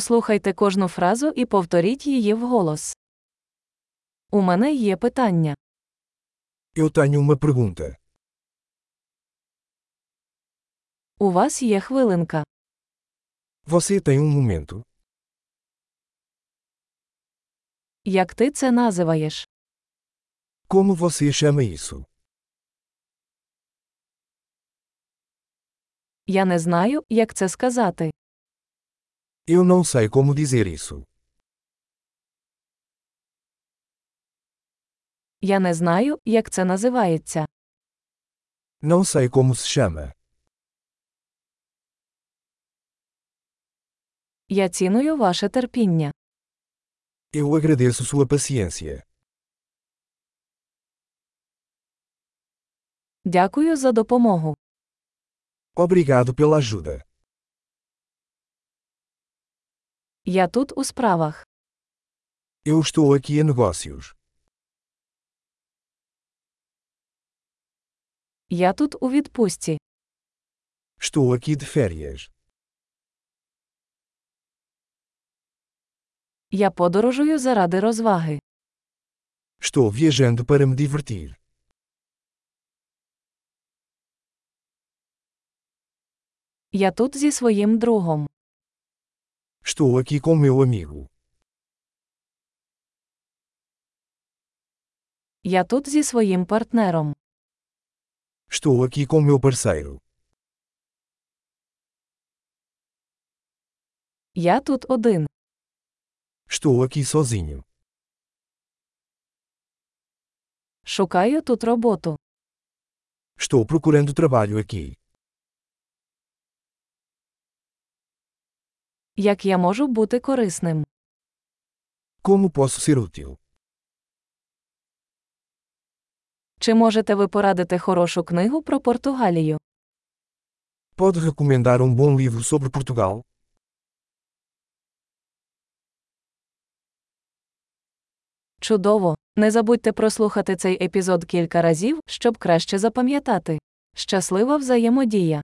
Послухайте кожну фразу і повторіть її вголос. У мене є питання. Eu tenho uma pergunta. У вас є хвилинка. Você tem um momento? Як ти це називаєш? Como você chama isso? Я не знаю, як це сказати. Eu não sei como dizer isso. Я не знаю, як це називається. Não sei como se chama. Я ціную ваше терпіння. Eu agradeço sua paciência. Дякую за допомогу. Obrigado pela ajuda. Я тут у справах. Eu estou aqui a negócios. Я тут у відпустці. Estou aqui de férias. Я подорожую заради розваги. Estou viajando para me divertir. Я тут зі своїм другом. Estou aqui com meu amigo. Я тут зі своїм партнером. Estou aqui com meu parceiro. Я тут один. Estou aqui sozinho. Шукаю тут роботу. Estou procurando trabalho aqui. Як я можу бути корисним? Como posso ser útil? Чи можете ви порадити хорошу книгу про Португалію? Pode recomendar um bom livro sobre Portugal? Чудово! Не забудьте прослухати цей епізод кілька разів, щоб краще запам'ятати. Щаслива взаємодія!